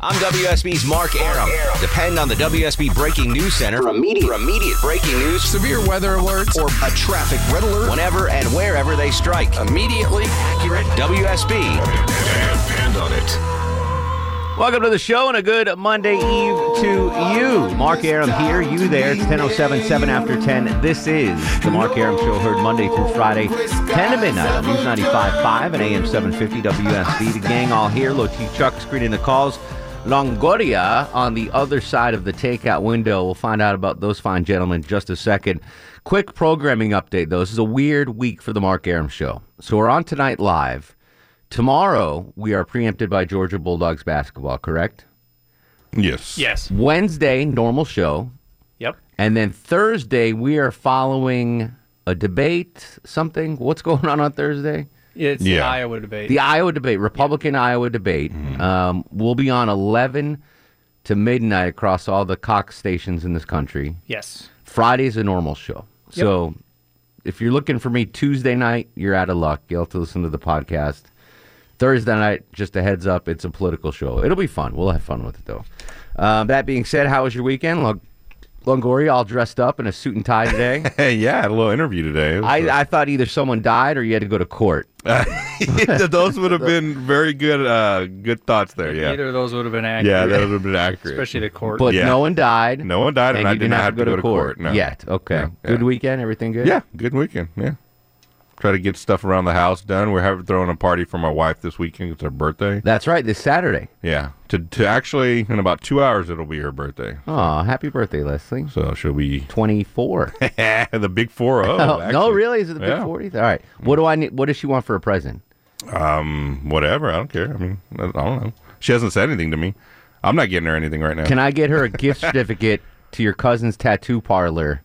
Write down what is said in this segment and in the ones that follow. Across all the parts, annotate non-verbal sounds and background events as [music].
I'm WSB's Mark Aram. Depend on the WSB Breaking News Center for immediate, for immediate breaking news, severe weather alerts, or a traffic red alert whenever and wherever they strike. Immediately accurate WSB. Depend on it. Welcome to the show and a good Monday Eve to you. Mark Aram here, you there. It's 10.07, 7 after 10. This is the Mark Aram Show, heard Monday through Friday, 10 to midnight on News 95.5 and AM 750 WSB. The gang all here. Loti Chuck screening the calls. Longoria on the other side of the takeout window. We'll find out about those fine gentlemen in just a second. Quick programming update, though. This is a weird week for the Mark Aram Show. So we're on tonight live. Tomorrow, we are preempted by Georgia Bulldogs basketball, correct? Yes. Yes. Wednesday, normal show. Yep. And then Thursday, we are following a debate, something. What's going on on Thursday? It's the Yeah. Iowa debate. The Iowa debate, Republican Iowa debate, um, will be on 11 to midnight across all the Cox stations in this country. yes. Friday's a normal show. So if you're looking for me Tuesday night, you're out of luck. You'll have to listen to the podcast. Thursday night, just a heads up, it's a political show. It'll be fun. We'll have fun with it, though. Um, that being said, how was your weekend? Look, Longoria all dressed up in a suit and tie [laughs] today. Hey, yeah, I had a little interview today. It was, I, I thought either someone died or you had to go to court. uh, [laughs] those would have been very good, uh, good thoughts there. Yeah, Either of those would have been accurate. yeah, that would have been accurate. especially the court. But Yeah. no one died. no one died, and and, you I didn't did not have to go to court. no. yet. Okay. Yeah, Good yeah. weekend. Everything good? Yeah, good weekend. Yeah, try to get stuff around the house done. We're having throwing a party for my wife this weekend. It's her birthday. That's right. This Saturday. Yeah, to to actually in about two hours it'll be her birthday. Oh, happy birthday, Leslie. So she'll be [laughs] 24. the big four zero. Oh, no, really? Is it the big Yeah. 40th? All right. What do I need? What does she want for a present? Whatever. I don't care. I mean, I I don't know. She hasn't said anything to me. I'm not getting her anything right now. Can I get her a gift certificate to your cousin's [laughs] tattoo parlor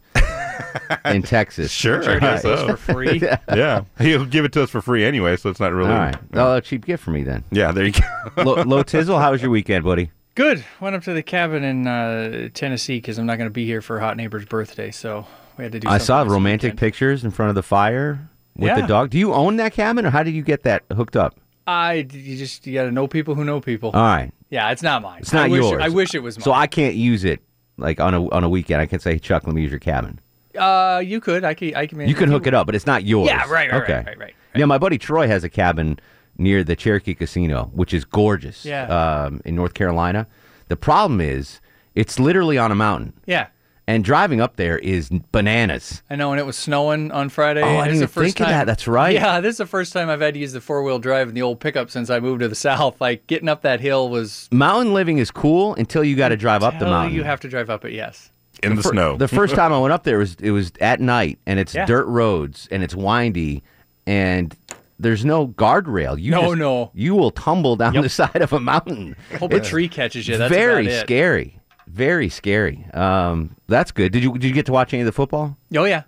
in Texas? [laughs] Sure, I guess Those [laughs] so. for free. yeah, [laughs] he'll give it to us for free anyway, so it's not All really. right. Oh, a cheap gift for me then. Yeah, there you go. [laughs] Low, Low Tizzle, how was your weekend, buddy? Good. Went up to the cabin in uh, Tennessee because I'm not going to be here for a hot neighbor's birthday, so we had to do. I something saw this romantic weekend. pictures in front of the fire with the Yeah. dog. Do you own that cabin, or how did you get that hooked up? I you just you got to know people who know people. All right. yeah, it's not mine. Uh, It's not I wish, yours. I wish it was mine. So I can't use it like on a on a weekend. I can say, Chuck, let me use your cabin. uh, you could. I could. I can. You can hook it up, but it's not yours. Yeah, right, right, right, okay. right, right, right. Yeah, my buddy Troy has a cabin near the Cherokee Casino, which is gorgeous. Yeah. Um, in North Carolina, the problem is it's literally on a mountain, Yeah, and driving up there is bananas. I know. And it was snowing on Friday. Oh, I It's didn't the even first think of time- that. That's right. Yeah, this is the first time I've had to use the four wheel drive in the old pickup since I moved to the [laughs] south. Like getting up that hill was. Mountain living is cool until you got to drive up the Hell, mountain. You have to drive up it. Yes. In the Fir- snow. The first time I went up there was it was at night and it's Yeah. dirt roads and it's windy and there's no guardrail. You No, just- no. You will tumble down the side of a mountain. Hope a tree catches you. That's very about it. scary. Very scary. Um, that's good. Did you did you get to watch any of the football? Oh yeah,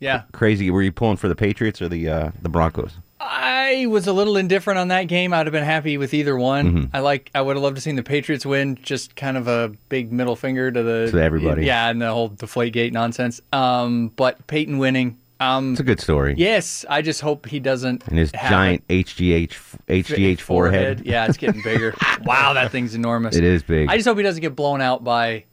yeah. Crazy. Were you pulling for the Patriots or the uh, the Broncos? I was a little indifferent on that game. I'd have been happy with either one. Mm-hmm. I like. I would have loved to seen the Patriots win. Just kind of a big middle finger to the To everybody. Yeah, and the whole Deflategate nonsense. Um, but Peyton winning. Um, It's a good story. yes. I just hope he doesn't. And his have giant HGH f- a HGH forehead. Yeah, it's getting [laughs] bigger. wow, that thing's enormous. It is big. I just hope he doesn't get blown out by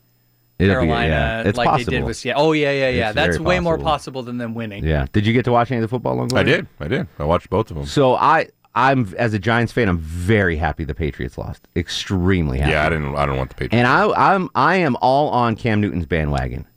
It'll be- Carolina yeah. It's like possible. they did with Seattle. Oh yeah, yeah, yeah. It's That's very way more possible. possible than them winning. yeah. Did you get to watch any of the football? [laughs] Longoria? I did. I did. I watched both of them. So I, I'm as a Giants fan, I'm very happy the Patriots lost. Extremely happy. Yeah, I didn't. I don't want the Patriots. And I, I'm, I am all on Cam Newton's bandwagon.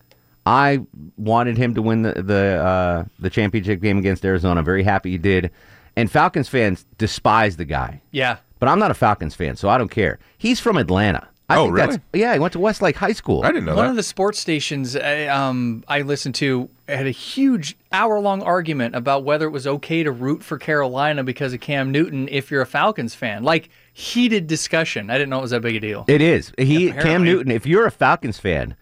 I wanted him to win the the uh, the championship game against Arizona. I'm very happy he did. And Falcons fans despise the guy, Yeah. but I'm not a Falcons fan, so I don't care. He's from Atlanta. I Oh, think That's, yeah, he went to Westlake High School. I didn't know One that. of the sports stations I, um, I listened to had a huge hour long argument about whether it was okay to root for Carolina because of Cam Newton if you're a Falcons fan. Like, heated discussion. I didn't know it was that big a deal. It is. He Cam Apparently. Newton. If you're a Falcons fan,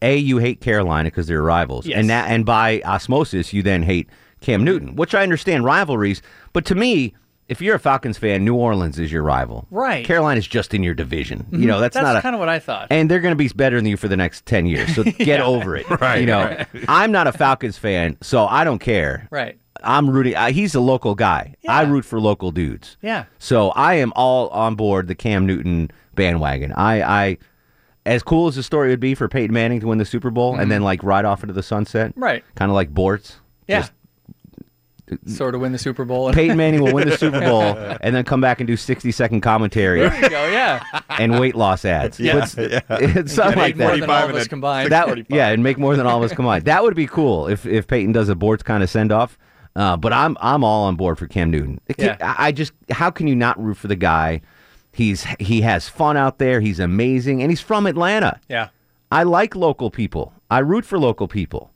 a you hate Carolina because they're rivals, Yes. and that and by osmosis you then hate Cam Newton, which I understand rivalries. But to me, if you're a Falcons fan, New Orleans is your rival. Right. Mm-hmm. Carolina's just in your division. You know that's, That's not a kind of what I thought. and they're going to be better than you for the next 10 [laughs] years. So get over it. Right, You know, right. I'm not a Falcons fan, so I don't care. Right. I'm rooting. I, he's a local guy. I root for local dudes. Yeah. So I am all on board the Cam Newton bandwagon. I, I, as cool as the story would be for Peyton Manning to win the Super Bowl and then like ride off into the sunset. Mm-hmm. Right. Kind of like Bortz. Yeah. Just Sort of win the Super Bowl. And, Peyton Manning will win the Super Bowl and then come back and do 60 [laughs] second [laughs] commentary there you go. Yeah. and weight loss ads. [laughs] Yeah. It's, it's something like Made that. more than 45 all of and us a- combined. [laughs] that yeah, and make more than all of us combined. That would be cool if if Peyton does a Bortz kind of send off. Uh, but I'm I'm all on board for Cam Newton. It can- Yeah. I I just how can you not root for the guy? He's he has fun out there. He's amazing, and he's from Atlanta. yeah. I like local people. I root for local people.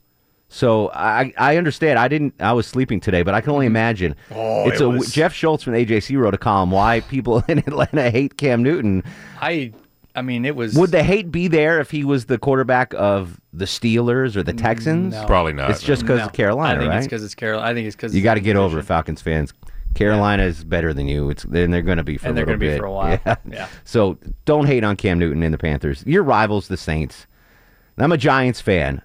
So I I understand. I didn't. I was sleeping today, but I can only imagine. Oh, it's a Jeff Schultz from AJC wrote a column why people [laughs] in Atlanta hate Cam Newton. I. I mean, it was. Would the hate be there if he was the quarterback of the Steelers or the Texans? no. Probably not. It's just because No. of Carolina, I think it's right? because it's Carolina. I think it's because you got to get over it, Falcons fans. Carolina is better than you. It's then they're going to be for And they're a little going to be bit. for a while. Yeah. Yeah. So don't hate on Cam Newton and the Panthers. Your rivals, the Saints. And I'm a Giants fan,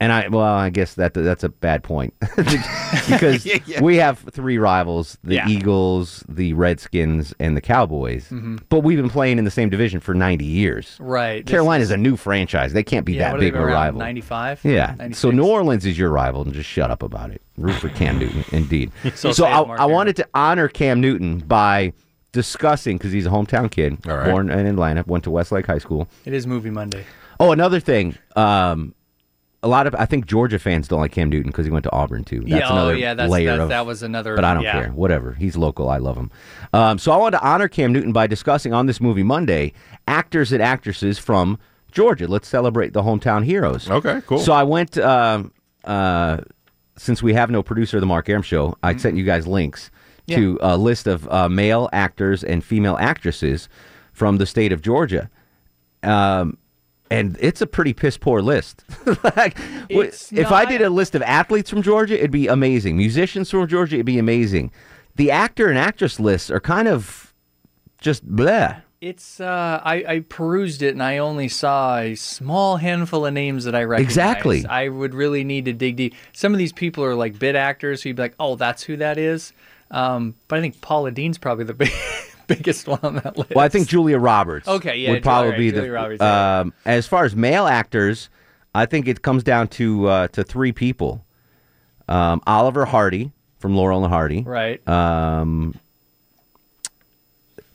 and I well, I guess that that's a bad point [laughs] [laughs] because we have three rivals: the Yeah. Eagles, the Redskins, and the Cowboys. Mm-hmm. But we've been playing in the same division for 90 years. Right. This- Carolina's a new franchise; they can't be yeah, that what have they big been of a around? rival. 95? Yeah. 96? So New Orleans is your rival, and just shut up about it. Root for [laughs] Cam Newton, indeed. So sad, I, Mark I Aaron. wanted to honor Cam Newton by discussing because he's a hometown kid, All right. born in Atlanta, went to Westlake High School. It is Movie Monday. Oh, another thing. Um, a lot of I think Georgia fans don't like Cam Newton because he went to Auburn too. That's yeah, another oh, yeah, that's, layer that's, of that was another. but I don't yeah. care. Whatever. He's local. I love him. Um, so I wanted to honor Cam Newton by discussing on this movie Monday actors and actresses from Georgia. Let's celebrate the hometown heroes. Okay, cool. So I went, um, uh, since we have no producer of the Mark Aram show, Mm-hmm. I sent you guys links to a list of uh, male actors and female actresses from the state of Georgia. Um, and it's a pretty piss poor list. [laughs] like, wh- It's if I not- did a list of athletes from Georgia, it'd be amazing. Musicians from Georgia, it'd be amazing. The actor and actress lists are kind of just bleh. It's uh, I, I perused it and I only saw a small handful of names that I recognized. Exactly. I would really need to dig deep. Some of these people are like bit actors who you'd be like, oh, that's who that is. Um, but I think Paula Dean's probably the [laughs] big, biggest one on that list. Well, I think Julia Roberts. Okay, yeah, would Ju- probably alright, be Julia the. Roberts, yeah. um, as far as male actors, I think it comes down to uh, to three people: um, Oliver Hardy from Laurel and Hardy, Um, right. uh,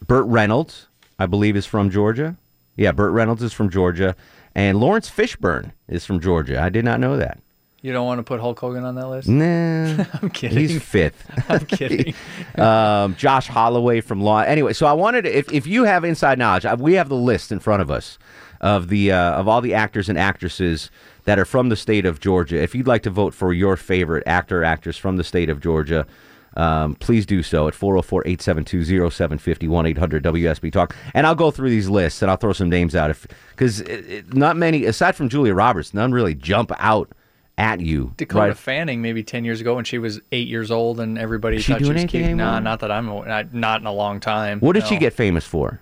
Burt Reynolds, I believe, is from Georgia. Yeah, Burt Reynolds is from Georgia, and Lawrence Fishburne is from Georgia. I did not know that. you don't want to put Hulk Hogan on that list? Nah, [laughs] I'm kidding. he's fifth. [laughs] I'm [laughs] kidding. um, Josh Holloway from Law. Anyway, so I wanted to, if if you have inside knowledge, I, we have the list in front of us of the uh, of all the actors and actresses that are from the state of Georgia. If you'd like to vote for your favorite actor or actress from the state of Georgia. Um, please do so at 404-872-0751 800-WSB Talk. And I'll go through these lists and I'll throw some names out if because not many, aside from Julia Roberts, none really jump out at you. Dakota right? Fanning maybe 10 years ago when she was eight years old and everybody She thought doing she was anything cute. Nah, anymore? not that I'm, aw- not, not in a long time. What did no. Uh, she get famous for?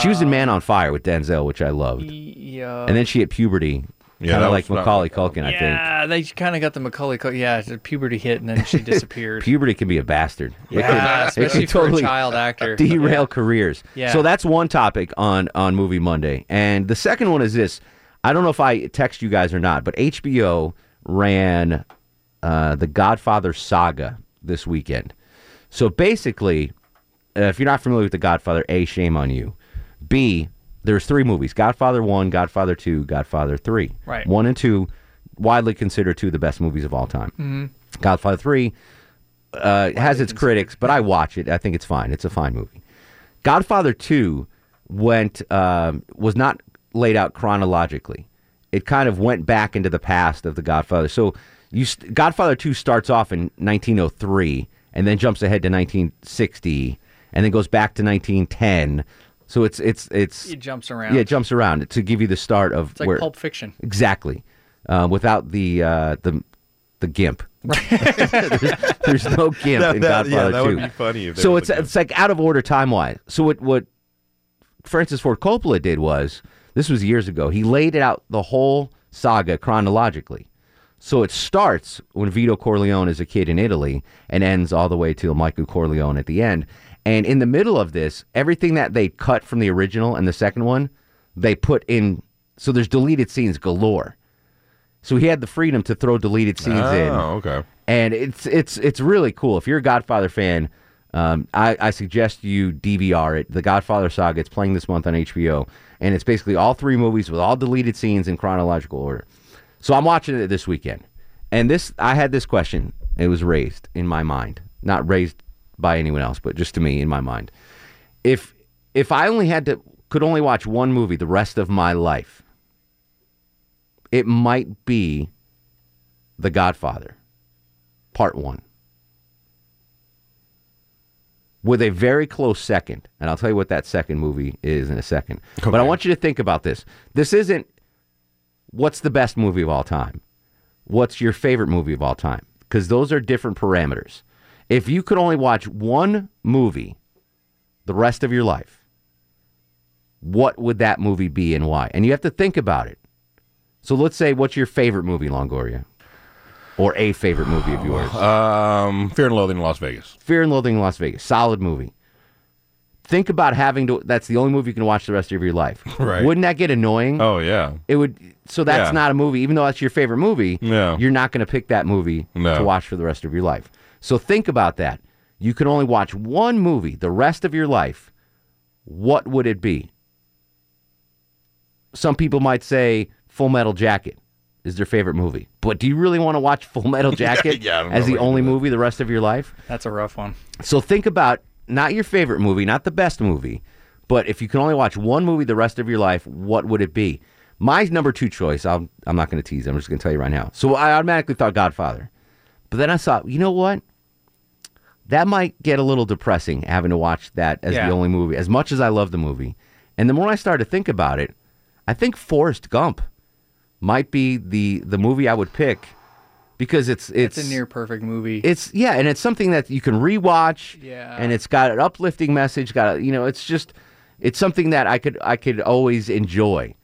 she was in Man on Fire with Denzel, which I loved, Yeah. and then she hit puberty, Yeah, that kind of like was not- Macaulay Culkin, I think. Yeah, they kind of got the Macaulay. Cul- yeah, the puberty hit and then [laughs] she disappeared. Puberty can be a bastard. It yeah, can- it can especially for totally a child [laughs] actor. Derail careers. Yeah. So that's one topic on on Movie Monday, and the second one is this. I don't know if I text you guys or not, but HBO ran uh, the Godfather saga this weekend. So basically, uh, if you're not familiar with the Godfather, a shame on you. B there's three movies: Godfather One, Godfather Two, Godfather Three. Right. One and two, widely considered two of the best movies of all time. Mm-hmm. Godfather Three uh, has its critics, but I watch it. I think it's fine. It's a fine movie. Godfather Two went um, was not laid out chronologically. It kind of went back into the past of the Godfather. So, you st- oh Godfather Two starts off in 1903 and then jumps ahead to 1960 and then goes back to 1910. So it's it's it's It jumps around. yeah, it jumps around to give you the start of It's like where Pulp Fiction. exactly uh, without the uh, the the gimp. [laughs] there's, there's no gimp in Godfather yeah, [laughs] that 2. would be funny. If there So was it's a it's like out of order time wise. So what what Francis Ford Coppola did was this was years ago. He laid it out the whole saga chronologically. So it starts when Vito Corleone is a kid in Italy and ends all the way till Michael Corleone at the end. And in the middle of this, everything that they cut from the original and the second one, they put in. So there's deleted scenes galore. So he had the freedom to throw deleted scenes in Oh, okay. and it's it's it's really cool. If you're a Godfather fan, um, I, I suggest you DVR it. The Godfather Saga. It's playing this month on HBO, and it's basically all three movies with all deleted scenes in chronological order. So I'm watching it this weekend, and this I had this question. It was raised in my mind, not raised by anyone else, but just to me in my mind. If if I only had to could only watch one movie the rest of my life, it might be The Godfather part one. With a very close second, and I'll tell you what that second movie is in a second. But I want you to think about this. This isn't what's the best movie of all time? What's your favorite movie of all time? Because those are different parameters. If you could only watch one movie the rest of your life, what would that movie be and why? And you have to think about it. So let's say, what's your favorite movie, Longoria? Or a favorite movie of yours? Um, Fear and Loathing in Las Vegas. Fear and Loathing in Las Vegas, solid movie. Think about having to. That's the only movie you can watch the rest of your life. [laughs] Right. Wouldn't that get annoying? Oh yeah. It would. So that's Yeah. not a movie, even though that's your favorite movie. No. You're not going to pick that movie No. to watch for the rest of your life. So think about that. You can only watch one movie the rest of your life. What would it be? Some people might say Full Metal Jacket is their favorite movie. But do you really want to watch Full Metal [laughs] Jacket Yeah, I don't know as the why you only do that. movie the rest of your life? That's a rough one. So think about not your favorite movie, not the best movie, but if you can only watch one movie the rest of your life, what would it be? My number two choice, I'll, I'm not going to tease. I'm just going to tell you right now. So I automatically thought Godfather. But then I thought, you know what? That might get a little depressing having to watch that as Yeah. the only movie, as much as I love the movie. And the more I started to think about it, I think Forrest Gump might be the, the movie I would pick because it's it's, It's a near perfect movie. it's yeah, and it's something that you can rewatch. Yeah. and it's got an uplifting message. Got a, you know, it's just it's something that I could I could always enjoy.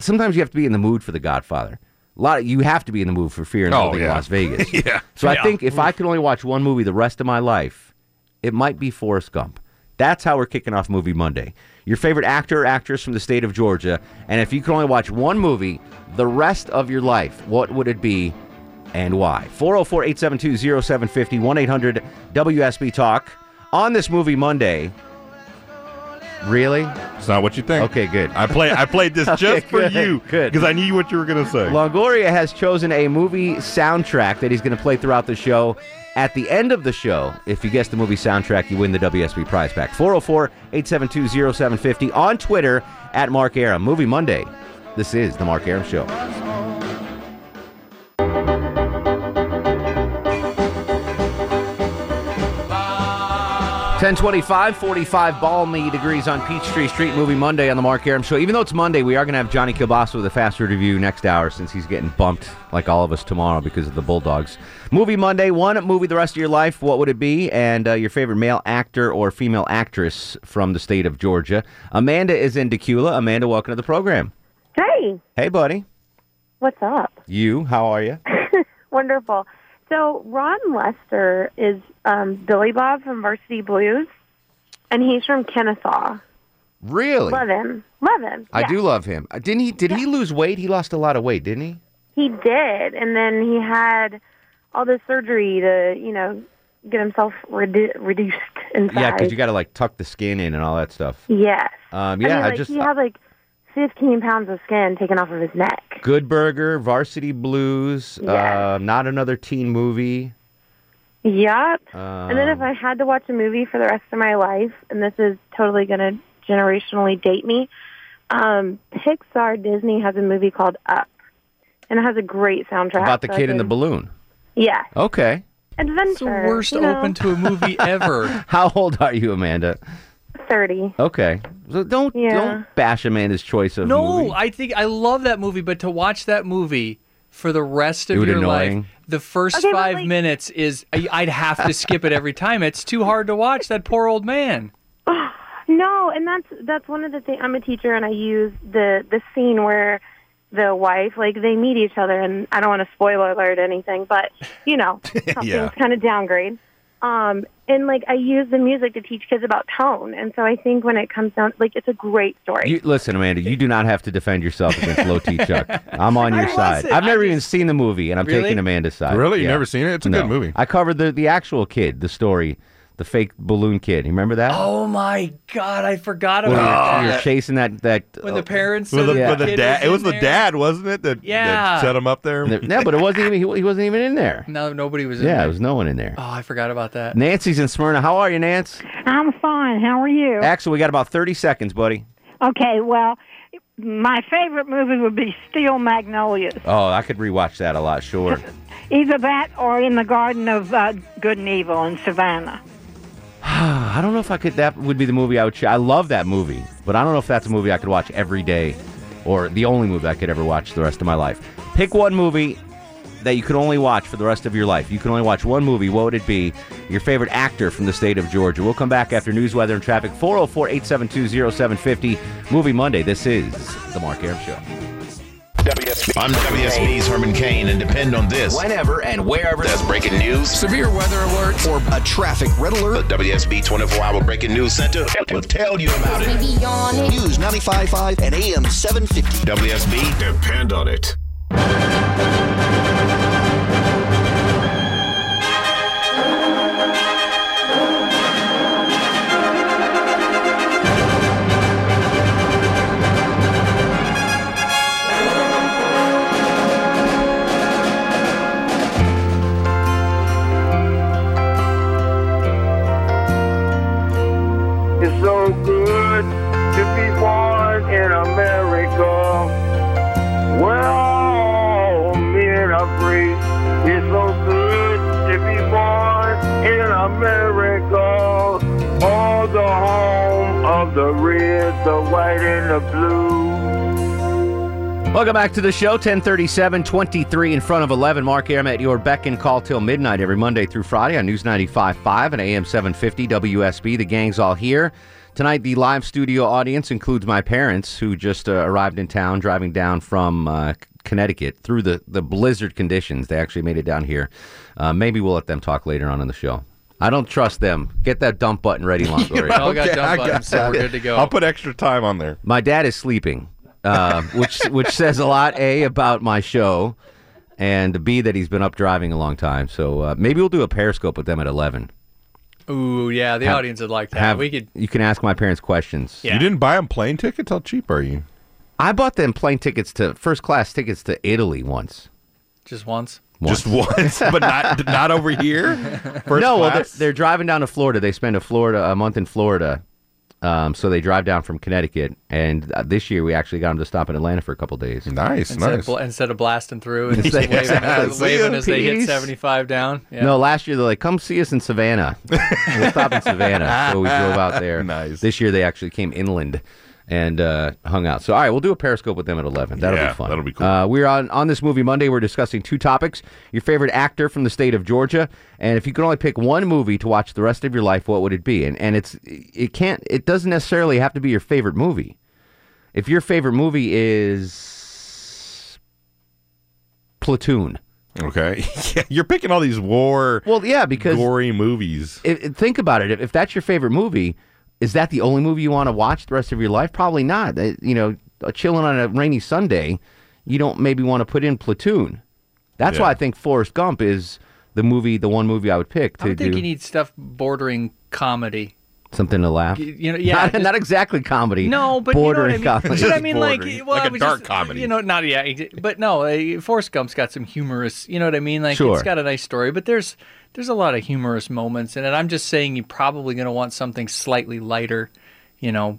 Sometimes you have to be in the mood for The Godfather. A lot of, you have to be in the mood for Fear and Oh, Loathing in yeah. Las [laughs] Vegas. Yeah. So I think if I could only watch one movie the rest of my life, it might be Forrest Gump. That's how we're kicking off Movie Monday. Your favorite actor or actress from the state of Georgia, and if you could only watch one movie the rest of your life, what would it be and why? 404 872 0750 1 800 WSB Talk on this Movie Monday. Really? It's not what you think. Okay, good. I play. I played this just [laughs] Okay, for good, you good. because I knew what you were gonna say. Longoria has chosen a movie soundtrack that he's going to play throughout the show. At the end of the show, if you guess the movie soundtrack, you win the WSB prize pack. 404 872 0750 on Twitter at Mark Aram. Movie Monday. This is The Mark Aram Show. Ten twenty-five, forty-five, balmy degrees on Peachtree Street. Movie Monday on the Mark Aram Show. Even though it's Monday, we are going to have Johnny Kilbasa with a faster review next hour since he's getting bumped like all of us tomorrow because of the Bulldogs. Movie Monday, one movie the rest of your life. What would it be? And uh, your favorite male actor or female actress from the state of Georgia. Amanda is in Decula. Amanda, welcome to the program. Hey, Hey, buddy. what's up? You, how are you? Wonderful. So Ron Lester is um, Billy Bob from Varsity Blues, and he's from Kennesaw. Really? Love him. Love him. I Yeah. do love him. Uh, Didn't he? Did he lose weight? He lost a lot of weight, didn't he? He did, and then he had all this surgery to, you know, get himself redu- reduced in size. Yeah, because you got to like tuck the skin in and all that stuff. Yes. Um, I yeah, mean, I like, just- he had like 15 pounds of skin taken off of his neck. Good Burger, Varsity Blues, Yeah. uh, not another teen movie. Yep. Um, And then if I had to watch a movie for the rest of my life, and this is totally going to generationally date me, um, Pixar Disney has a movie called Up, and it has a great soundtrack. about the so I kid in the can- balloon. Yeah, Okay, [laughs] adventure. It's the worst Uh, you know? open to a movie ever. How old are you, Amanda? thirty. Okay, so don't Yeah. don't bash Amanda's choice of no, movie. I think I love that movie, but to watch that movie for the rest of It would your annoying. life, the first Okay, but, five like- minutes is I, I'd have to skip it every time. It's too hard to watch. That poor old man. No, and that's that's one of the things. I'm a teacher, and I use the the scene where the wife like they meet each other, and I don't want to spoiler alert anything, but you know, how Yeah. things kind of downgrade. Um, and like I use the music to teach kids about tone, and so I think when it comes down, like it's a great story. You, listen, Amanda, you do not have to defend yourself against Low T [laughs] Chuck. I'm on your I side. wasn't. I've I never even just- seen the movie, and I'm Really? taking Amanda's side. Really? Yeah. You never seen it? It's a No. good movie. I covered the the actual kid, the story, the fake balloon kid. You remember that? Oh my god, I forgot When we were- about we were that. chasing that that. when uh, the parents With said the, that Yeah. with the kid dad, was it was in the there. dad, wasn't it? That, Yeah. that set him up there. no, but it wasn't even he, he wasn't even in [laughs] there. No, nobody was in Yeah, there. there was no one in there. Oh, I forgot about that. Nancy's in Smyrna. How are you, Nance? I'm fine. How are you? Axel, we got about 30 seconds, buddy. Okay, well, my favorite movie would be Steel Magnolias. Oh, I could rewatch that a lot, sure. Either that or In the Garden of uh, Good and Evil in Savannah. [laughs] I don't know if I could. That would be the movie I would. Ch- I love that movie, but I don't know if that's a movie I could watch every day, or the only movie I could ever watch the rest of my life. Pick one movie that you could only watch for the rest of your life. You can only watch one movie. What would it be? Your favorite actor from the state of Georgia. We'll come back after news, weather, and traffic. 404-872-0750. Movie Monday. This is the Mark Aram Show. I'm WSB's Herman Kane, and depend on this. Whenever and wherever That's breaking news. severe weather alert or a traffic red The alert. WSB 24 Hour Breaking News Center will tell you about it. News 95.5 and AM 750. WSB, depend on it. It's so good to be born in America, where all men are free. It's so good to be born in America, all the home of the red, the white, and the blue. Welcome back to the show. 1037, 23 in front of 11. Mark Aram at your beck and call till midnight every Monday through Friday on News 95.5 and AM 750 WSB. The gang's all here. Tonight, the live studio audience includes my parents, who just uh, arrived in town driving down from uh, Connecticut through the, the blizzard conditions. They actually made it down here. Uh, maybe we'll let them talk later on in the show. I don't trust them. Get that dump button ready, Longoria. We all got Okay, I dumb got buttons, so we're good to go. I'll put extra time on there. My dad is sleeping, uh, which which says a lot. A about my show, and B that he's been up driving a long time. So uh, maybe we'll do a Periscope with them at eleven. Ooh, yeah, the audience would like that. Have- we could. you can ask my parents questions. Yeah. You didn't buy them plane tickets? How cheap are you? I bought them plane tickets to first class tickets to Italy once. Just once. Just once, [laughs] but not not over here. First no, well, they're, class? they're driving down to Florida. They spend a Florida a month in Florida, um, so they drive down from Connecticut. And uh, this year, we actually got them to stop in Atlanta for a couple days. nice, Instead, nice. of, bl- instead of blasting through and just Instead- waving, See waving ya, as they hit peace. 75 down. Yeah. No, last year they're like, come see us in Savannah. we'll stop [laughs] in Savannah. So we drove out there. Nice. This year they actually came inland and uh, hung out. So, all right, we'll do a Periscope with them at 11. That'll Yeah, be fun. that'll be cool. Uh, we're on, on this movie Monday. We're discussing two topics your favorite actor from the state of Georgia. And if you could only pick one movie to watch the rest of your life, what would it be? And, and it's it can't it doesn't necessarily have to be your favorite movie. If your favorite movie is Platoon. okay, [laughs] yeah, you're picking all these war Well, yeah, because gory movies. it, it- think about it. If, if that's your favorite movie, is that the only movie you want to watch the rest of your life? Probably not. Uh, You know, uh, chilling on a rainy Sunday, you don't maybe want to put in Platoon. That's why Yeah. I think Forrest Gump is the movie, the one movie I would pick I to would think do you need stuff bordering comedy. something to laugh. You- you know, yeah, not, just- not exactly comedy. No, but bordering you know what I mean. comedy. But I mean, like, Bordering. well, Like a I was dark just- uh, comedy. You know, not yeah, ex- but no. Uh, Forrest Gump's got some humorous. You know what I mean? Like, Sure. it's got a nice story, but there's there's a lot of humorous moments in it. I'm just saying, you're probably going to want something slightly lighter. You know,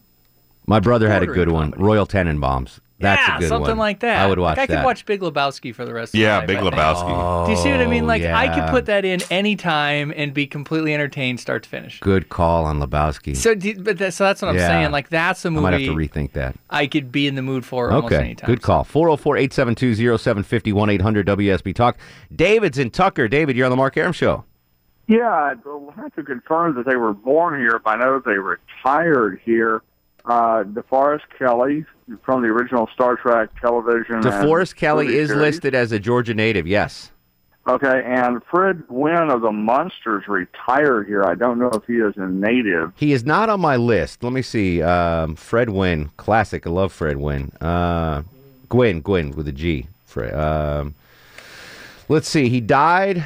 My brother had a Bordering good one, Royal Tenenbaums. That's yeah, a good something one. like that. I would watch Like, I that. could watch Big Lebowski for the rest of my Yeah, life. [laughs] Big I think. Lebowski. Do you see what I mean? Like I could Oh, yeah. put that in any time and be completely entertained, start to finish. Good call on Lebowski. So, do, but that, so that's what I'm Yeah. saying. Like that's a movie I might have to rethink that. I could be in the mood for almost Okay, any time. good call. 404-872-0750, 800 wsb Talk. David's in Tucker. David, you're on the Mark Aram Show. Yeah, we'll have to confirm that they were born here, but I know they retired here. Uh, DeForest Kelly from the original Star Trek television. and DeForest Kelly movie is series. listed as a Georgia native, yes. Okay, and Fred Gwynn of the Monsters retired here. I don't know if he is a native. He is not on my list. Let me see. Um, Fred Wynn, classic. I love Fred Wynn. Uh, Gwyn, Gwyn with a G. Fred. Um, let's see. He died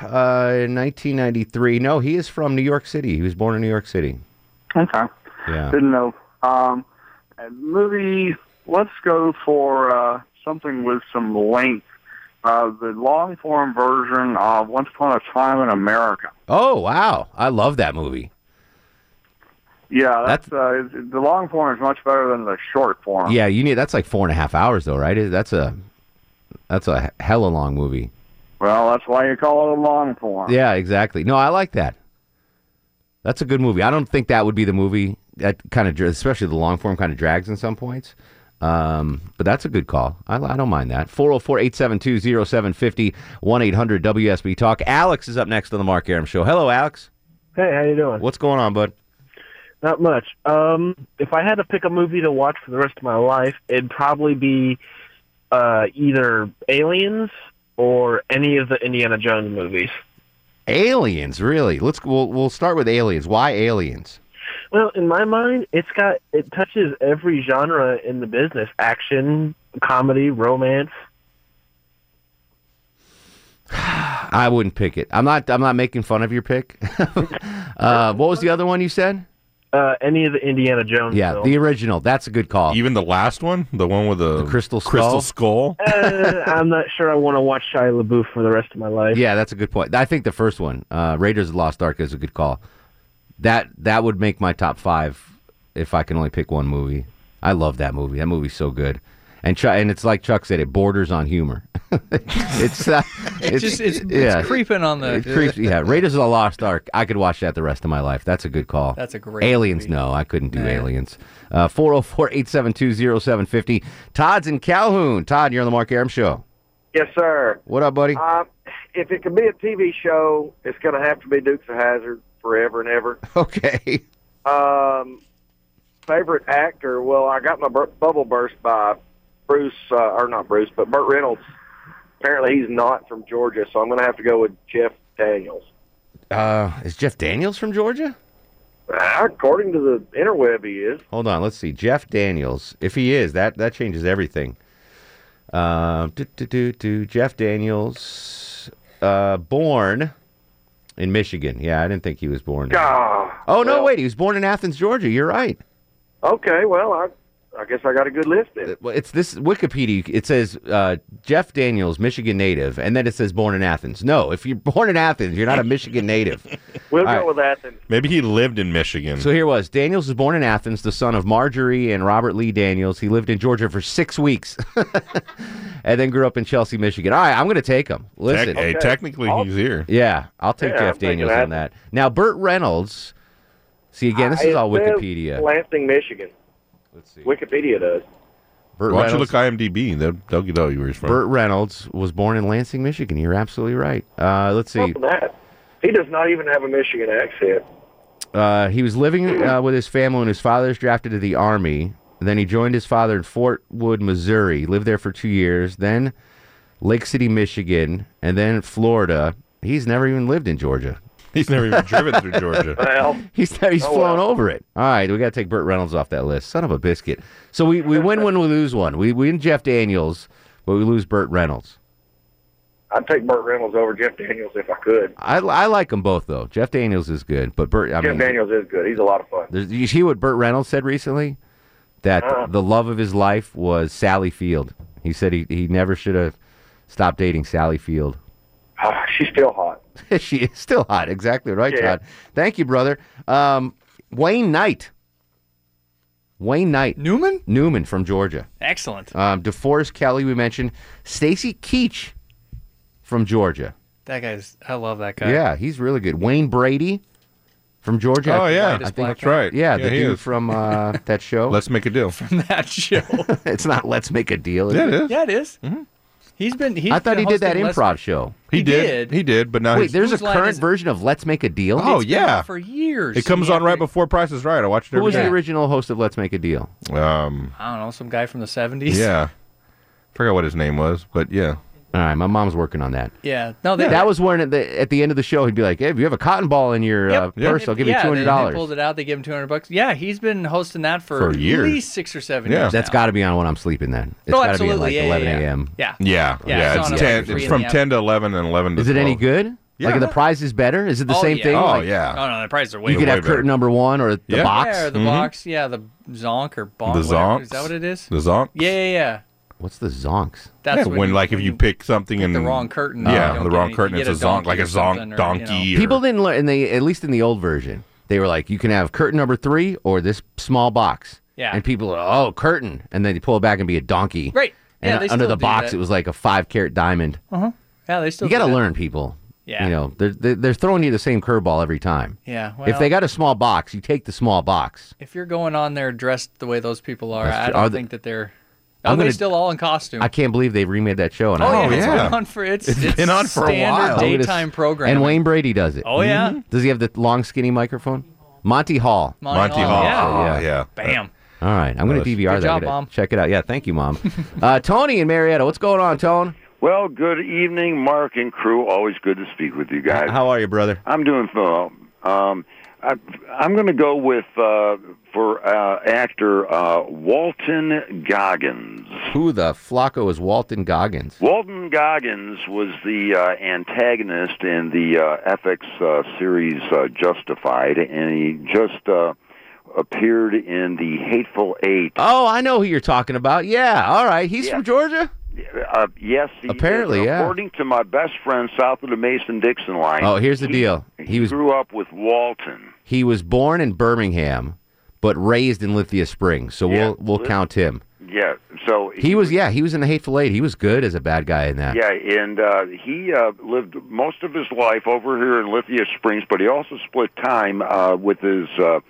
uh, in 1993. No, he is from New York City. He was born in New York City. Okay. Yeah. Didn't know. Um, and movie. Let's go for uh, something with some length. Uh, the long form version of Once Upon a Time in America. Oh, wow. I love that movie. Yeah, that's, uh, it's- the long form is much better than the short form. Yeah, you need that's like four and a half hours though, right? That's a that's a hella long movie. Well, that's why you call it a long form. Yeah, exactly. No, I like that. That's a good movie. I don't think that would be the movie that kind of, especially the long form, kind of drags in some points. Um, but that's a good call. I, I don't mind that. 404 872 0750 1 800 WSB Talk. Alex is up next on the Mark Aram Show. Hello, Alex. Hey, how you doing? What's going on, bud? Not much. Um, if I had to pick a movie to watch for the rest of my life, it'd probably be uh, either Aliens or any of the Indiana Jones movies. Aliens, really? Let's we'll, we'll start with aliens. Why aliens? Well, in my mind, it's got it touches every genre in the business: action, comedy, romance. I wouldn't pick it. I'm not. I'm not making fun of your pick. [laughs] uh, what was the other one you said? Uh, any of the Indiana Jones. Yeah, films. the original. That's a good call. Even the last one, the one with the, crystal crystal skull. [laughs] uh, I'm not sure I want to watch Shia LaBeouf for the rest of my life. Yeah, that's a good point. I think the first one, uh, Raiders of the Lost Ark, is a good call. That that would make my top five if I can only pick one movie. I love that movie. That movie's so good. And Chuck, and it's like Chuck said, it borders on humor. [laughs] it's, uh, It's just- [laughs] it's- it's creeping on the- It creeps, Uh, yeah, Raiders of the Lost Ark. I could watch that the rest of my life. That's a good call. That's a great Aliens. No, I couldn't do aliens. Uh, Four zero four eight seven two zero seven fifty. Todd's in Calhoun. Todd, you're on the Mark Aram show. Yes, sir. What up, buddy? Uh, if it could be a TV show, it's going to have to be Dukes of Hazard forever and ever. [laughs] Okay. Um, favorite actor? Well, I got my bur- bubble burst by Bruce, uh, or not Bruce, but Burt Reynolds. Apparently, he's not from Georgia, so I'm going to have to go with Jeff Daniels. Uh, is Jeff Daniels from Georgia? Uh, according to the interweb, he is. Hold on, let's see. Jeff Daniels, if he is, that that changes everything. Uh, do, do, do, do. Jeff Daniels, uh, born in Michigan. Yeah, I didn't think he was born. There. Ah, Oh no, wait, he was born in Athens, Georgia. You're right. okay. Well, I, I guess I got a good list then. Well, It's this Wikipedia. It says uh, Jeff Daniels, Michigan native, and then it says born in Athens. No, if you're born in Athens, you're not a Michigan native. We'll All go right. with that then. Maybe he lived in Michigan. So here was Daniels was born in Athens, the son of Marjorie and Robert Lee Daniels. He lived in Georgia for six weeks, [laughs] and then grew up in Chelsea, Michigan. All right, I'm going to take him. Listen, Tec- hey, technically he's here. yeah, I'll take Yeah, I'm Jeff taking Daniels on that. Now Burt Reynolds. See again, this Uh, is it all says Wikipedia. Lansing, Michigan. Let's see. Wikipedia does. Burt Why don't you Reynolds- look IMDb? They'll, they'll get out you where he's from. Burt Reynolds was born in Lansing, Michigan. You're absolutely right. Uh, let's see. Look at that. He does not even have a Michigan accent. Uh, he was living uh, with his family when his father was drafted to the army. Then he joined his father in Fort Wood, Missouri. Lived there for two years. Then Lake City, Michigan, and then Florida. He's never even lived in Georgia. [laughs] [laughs] He's never even driven through Georgia. Well, [laughs] he's he's oh, flown well. over it. All right, we got to take Burt Reynolds off that list. Son of a biscuit. So we, we win one, we lose one. We we win Jeff Daniels, but we lose Burt Reynolds. I'd take Burt Reynolds over Jeff Daniels if I could. I, I like them both though. Jeff Daniels is good, but Burt. I Jeff mean, Daniels is good. He's a lot of fun. There's, you see what Burt Reynolds said recently? That Uh-uh. the love of his life was Sally Field. He said he, he never should have stopped dating Sally Field. [laughs] Ah, she's still hot. she is still hot. Exactly right, Yeah. Todd. Thank you, brother. Um, Wayne Knight. Wayne Knight. Newman? Newman from Georgia. Excellent. Um, DeForest Kelly, we mentioned. Stacy Keach from Georgia. That guy's. I love that guy. Yeah, he's really good. Wayne Brady from Georgia. Oh, I- yeah. I Whitest black think- guy. That's right. Yeah, Yeah, the he dude is. from uh, [laughs] that show. Let's make a [laughs] deal. From that show. it's not Let's Make a Deal. Yeah, it [laughs] is. Yeah, it is. He's been. He's I thought been he did that hosting improv Let's- show. He He did. did. He did, but now wait, he's- there's a Whose Line current Is It? version of Let's Make a Deal. Oh, It's been yeah. out for years. It comes Yeah. on right before Price is Right. I watched it. Who every was day. the original host of Let's Make a Deal? Um, I don't know, some guy from the seventies. yeah, forgot what his name was, but yeah. All right, my mom's working on that. Yeah. No, they, that was when at the, at the end of the show he'd be like, "Hey, if you have a cotton ball in your uh, purse, I'll give yeah, you two they- hundred They dollars." pulled it out. They gave him two hundred bucks. Yeah, he's been hosting that for, For years. at least six or seven years. that's now. got to be on when I'm sleeping. Then it's Oh, got to be at absolutely. like Yeah, yeah, eleven yeah. a.m. Yeah. Yeah, Yeah, yeah. it's it's on at ten. three It's in from the afternoon. ten to eleven and eleven to. Is it any 12. good? Yeah. Like are the prize is better? Is it the Oh, same yeah. thing? Oh, Like, yeah. Oh no, the prices are way. You could way have better. curtain number one or the yeah. box. Mm-hmm. Yeah, the box. Yeah, the zonk or bonk. The whatever. Is zonks. that what it is? The zonks. Yeah, yeah, yeah. What's the zonks? That's yeah, when when, you- like if you pick something and the wrong curtain, you Yeah, don't the get wrong anything. curtain. You It's get a a zonk, donkey like a or zonk something or, donkey. or- People didn't learn, and they at least in the old version, they were like, you can have curtain number three or this small box. Yeah. And people are, oh, curtain, and then you pull it back and be a donkey. Right. Yeah, And they under still the do box, that. it was like a five carat diamond. Uh huh. Yeah, they still. you got to do that. learn, people. Yeah. You know, they're they're they're throwing you the same curveball every time. Yeah, if well- they got a small box, you take the small box. If you're going on there dressed the way those people are, That's I true. don't Are they- think that they're. Are I'm they gonna- still all in costume? I can't believe they remade that show. And Oh, I, yeah, it's been on for it's, it's been on for a while. Daytime program. And Wayne Brady does it. Oh, yeah? Does he have the long skinny microphone? Monty Hall. Monty Monty Hall. Hall. Yeah. Yeah. Bam. All right, I'm going to DVR Good that. job, Gotta Mom. Check it out. Yeah, thank you, mom. [laughs] uh, Tony and Marietta, what's going on, Tone? Well, good evening, Mark and crew. Always good to speak with you guys. How are you, brother? I'm doing well. Um, I, I'm going to go with uh, for uh, actor uh, Walton Goggins. Who the flacco is Walton Goggins? Walton Goggins was the uh, antagonist in the uh, FX uh, series uh, Justified, and he just uh, appeared in the Hateful Eight. Oh, I know who you're talking about. Yeah, all right. He's Yeah. from Georgia? Uh, yes, he Apparently, is. yeah. According to my best friend south of the Mason-Dixon line. Oh, here's the he- deal. He was grew up with Walton. he was born in Birmingham, but raised in Lithia Springs, so Yeah, we'll we'll Lith- count him. Yeah, so He was yeah, he was in the Hateful Eight. He was good as a bad guy in that. yeah, and uh, he uh, lived most of his life over here in Lithia Springs, but he also split time uh, with his uh,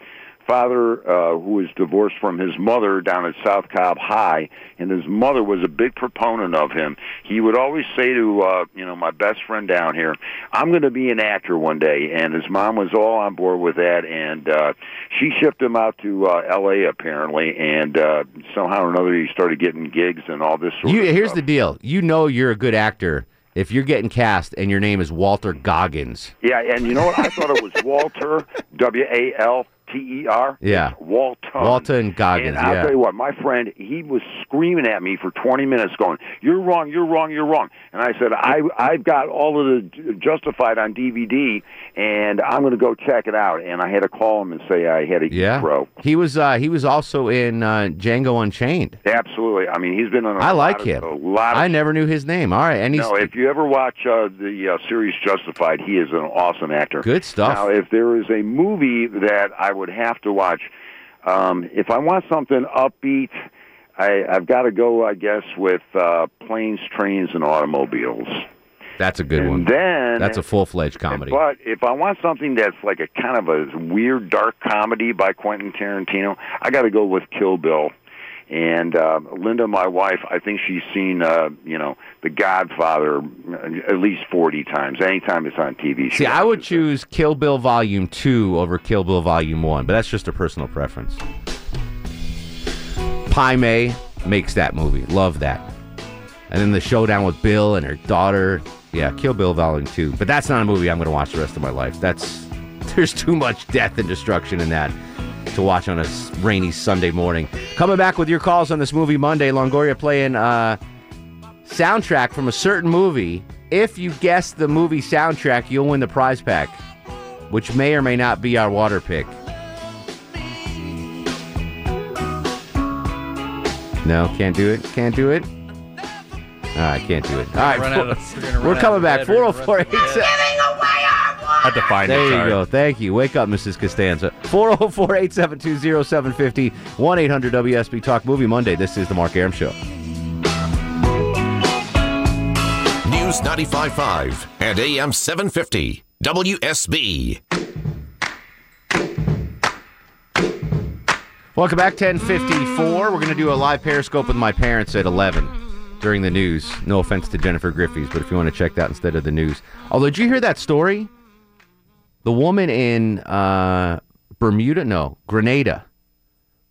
father, uh, who was divorced from his mother down at South Cobb High, and his mother was a big proponent of him. He would always say to uh, you know my best friend down here, "I'm going to be an actor one day," and his mom was all on board with that, and uh, she shipped him out to uh, L.A. apparently, and uh, somehow or another he started getting gigs and all this sort You, of stuff. here's the deal. You know you're a good actor if you're getting cast and your name is Walter Goggins. Yeah, and you know what? I thought it [laughs] was Walter W A L T E R. Yeah. Walton. Walton Goggins, And I'll yeah. tell you what, my friend, he was screaming at me for 20 minutes, going, "You're wrong, you're wrong, you're wrong." And I said, "I I've got all of the Justified on DVD, and I'm going to go check it out." And I had to call him and say I had a Yeah. pro. He was uh, he was also in uh, Django Unchained. Absolutely. I mean, he's been on. a I like lot him. Of, a lot of I never knew his name. All right, and he's no, if you ever watch uh, the uh, series Justified, he is an awesome actor. Good stuff. Now, if there is a movie that I would have to watch, um, if I want something upbeat, I, I've got to go, I guess, with uh, planes, trains, and automobiles. that's a good one. Then That's a full-fledged comedy. But if I want something that's like a kind of a weird dark comedy by Quentin Tarantino, I got to go with Kill Bill. And uh, Linda, my wife, I think she's seen uh, you know The Godfather uh, at least forty times. Anytime it's on TV, she See, I would choose Kill Bill Volume 2 over Kill Bill Volume 1, but that's just a personal preference. Pai Mei makes that movie. Love that. And then the showdown with Bill and her daughter. Yeah, Kill Bill Volume 2. But that's not a movie I'm going to watch the rest of my life. That's [laughs] There's too much death and destruction in that to watch on a s- rainy Sunday morning. Coming back with your calls on this movie Monday. Longoria playing uh, soundtrack from a certain movie. If you guess the movie soundtrack, you'll win the prize pack, which may or may not be our water pick. No, can't do it. Can't do it. All right, can't do it. All right, Run out of- four- we're gonna run we're out coming of back. battery the rest of 404 the day. I defined There it. you sorry. go. Thank you. Wake up, Mrs. Costanza. 404 872 0750 1 800 WSB Talk Movie Monday. This is The Mark Aram Show. News 95.5 and AM 750. WSB. Welcome back, 1054. We're going to do a live Periscope with my parents at 11 during the news. No offense to Jennifer Griffey's, but if you want to check that instead of the news. Although, did you hear that story? The woman in uh, Bermuda, no, Grenada,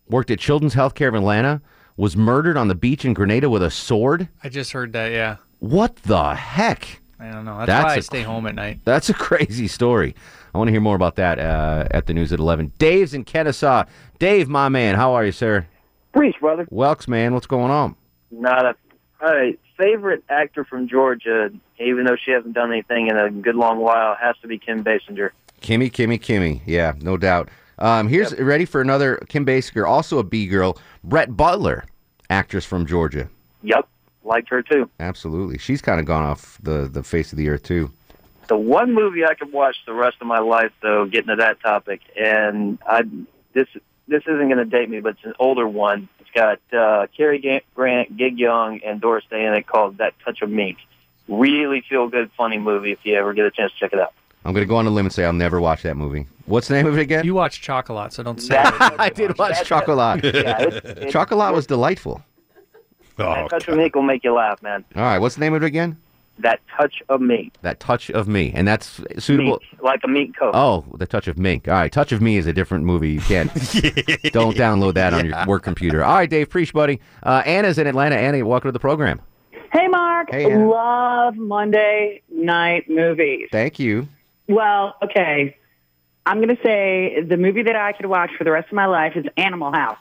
worked at Children's Healthcare of Atlanta, was murdered on the beach in Grenada with a sword. I just heard that. Yeah. What the heck? I don't know. That's, That's why I a stay home at night. That's a [laughs] crazy story. I want to hear more about that uh, at the news at 11. Dave's in Kennesaw. Dave, my man, how are you, sir? Reach, brother. Welks, man, what's going on? Not a all right. Favorite actor from Georgia, even though she hasn't done anything in a good long while, has to be Kim Basinger. Kimmy, Kimmy, Kimmy. Yeah, no doubt. Um, here's ready for another Kim Basinger, also a B girl, Brett Butler, actress from Georgia. Yep, liked her too. Absolutely. She's kind of gone off the, the face of the earth, too. The one movie I could watch the rest of my life, though, getting to that topic, and I this this isn't going to date me, but it's an older one. It's got uh, Cary Ga- Grant, Gig Young, and Doris Day in it called "That Touch of Mink." Really feel good, funny movie. If you ever get a chance to check it out. I'm going to go on a limb and say I'll never watch that movie. What's the name of it again? You watch Chocolat, so don't say [laughs] [laughs] I [laughs] did watch Chocolat. Yeah, it's- it's- [laughs] Chocolat was delightful. Oh, that touch of mink will make you laugh, man. All right, what's the name of it again? That touch of mink, That touch of me, and that's suitable. Mink, like a mink coat. Oh, the touch of mink. All right, touch of me is a different movie. You [laughs] can't. don't download that on [laughs] your work computer. All right, Dave, preach, buddy. Uh, Anna's in Atlanta. Annie, welcome to the program. Hey, Mark. Hey, Anna. Love Monday night movies. Thank you. Well, okay. I'm going to say the movie that I could watch for the rest of my life is Animal House.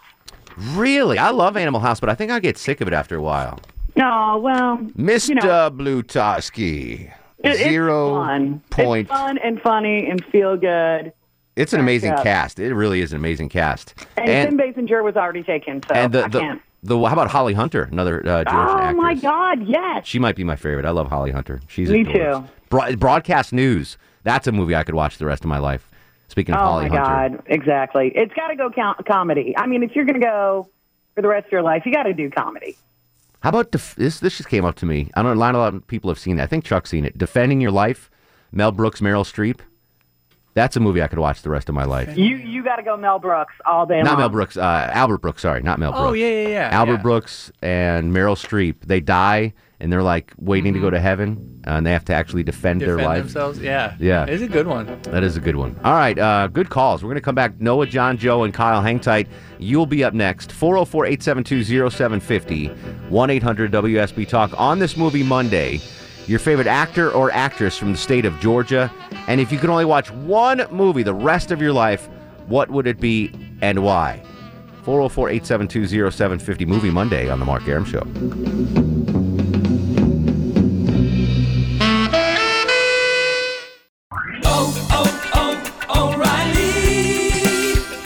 Really, I love Animal House, but I think I get sick of it after a while. No, well, Mr. You know, Blutowski, it- it's zero fun. point. It's fun and funny and feel good. It's an amazing Yeah. cast. It really is an amazing cast. And, and, Tim Basinger was already taken, so and the, I the, can't. the how about Holly Hunter, another uh, Georgian oh actress. my God! Yes. She might be my favorite. I love Holly Hunter. She's Me adorable. too. Broad- broadcast news. That's a movie I could watch the rest of my life. Speaking Oh of Holly my Hunter, God! Exactly. It's got to go com- comedy. I mean, if you're going to go for the rest of your life, you got to do comedy. how about def- this? This just came up to me. I don't. Not a lot of people have seen that. I think Chuck's seen it. Defending Your Life, Mel Brooks, Meryl Streep. That's a movie I could watch the rest of my life. You you got to go Mel Brooks all day Not long. Mel Brooks. Uh, Albert Brooks. Sorry, not Mel Brooks. Oh, yeah, yeah, yeah, Albert yeah. Brooks and Meryl Streep. They die and they're like waiting Mm-hmm. to go to heaven, uh, and they have to actually defend, Defend their life. themselves. Yeah. Yeah. It's a good one. That is a good one. All right, uh, good calls. We're going to come back. Noah, John, Joe, and Kyle, hang tight. You'll be up next. 404 872 0750 1 800 WSB Talk on this movie Monday. Your favorite actor or actress from the state of Georgia. And if you could only watch one movie the rest of your life, what would it be and why? 404 872 0750 Movie Monday on The Mark Aram Show.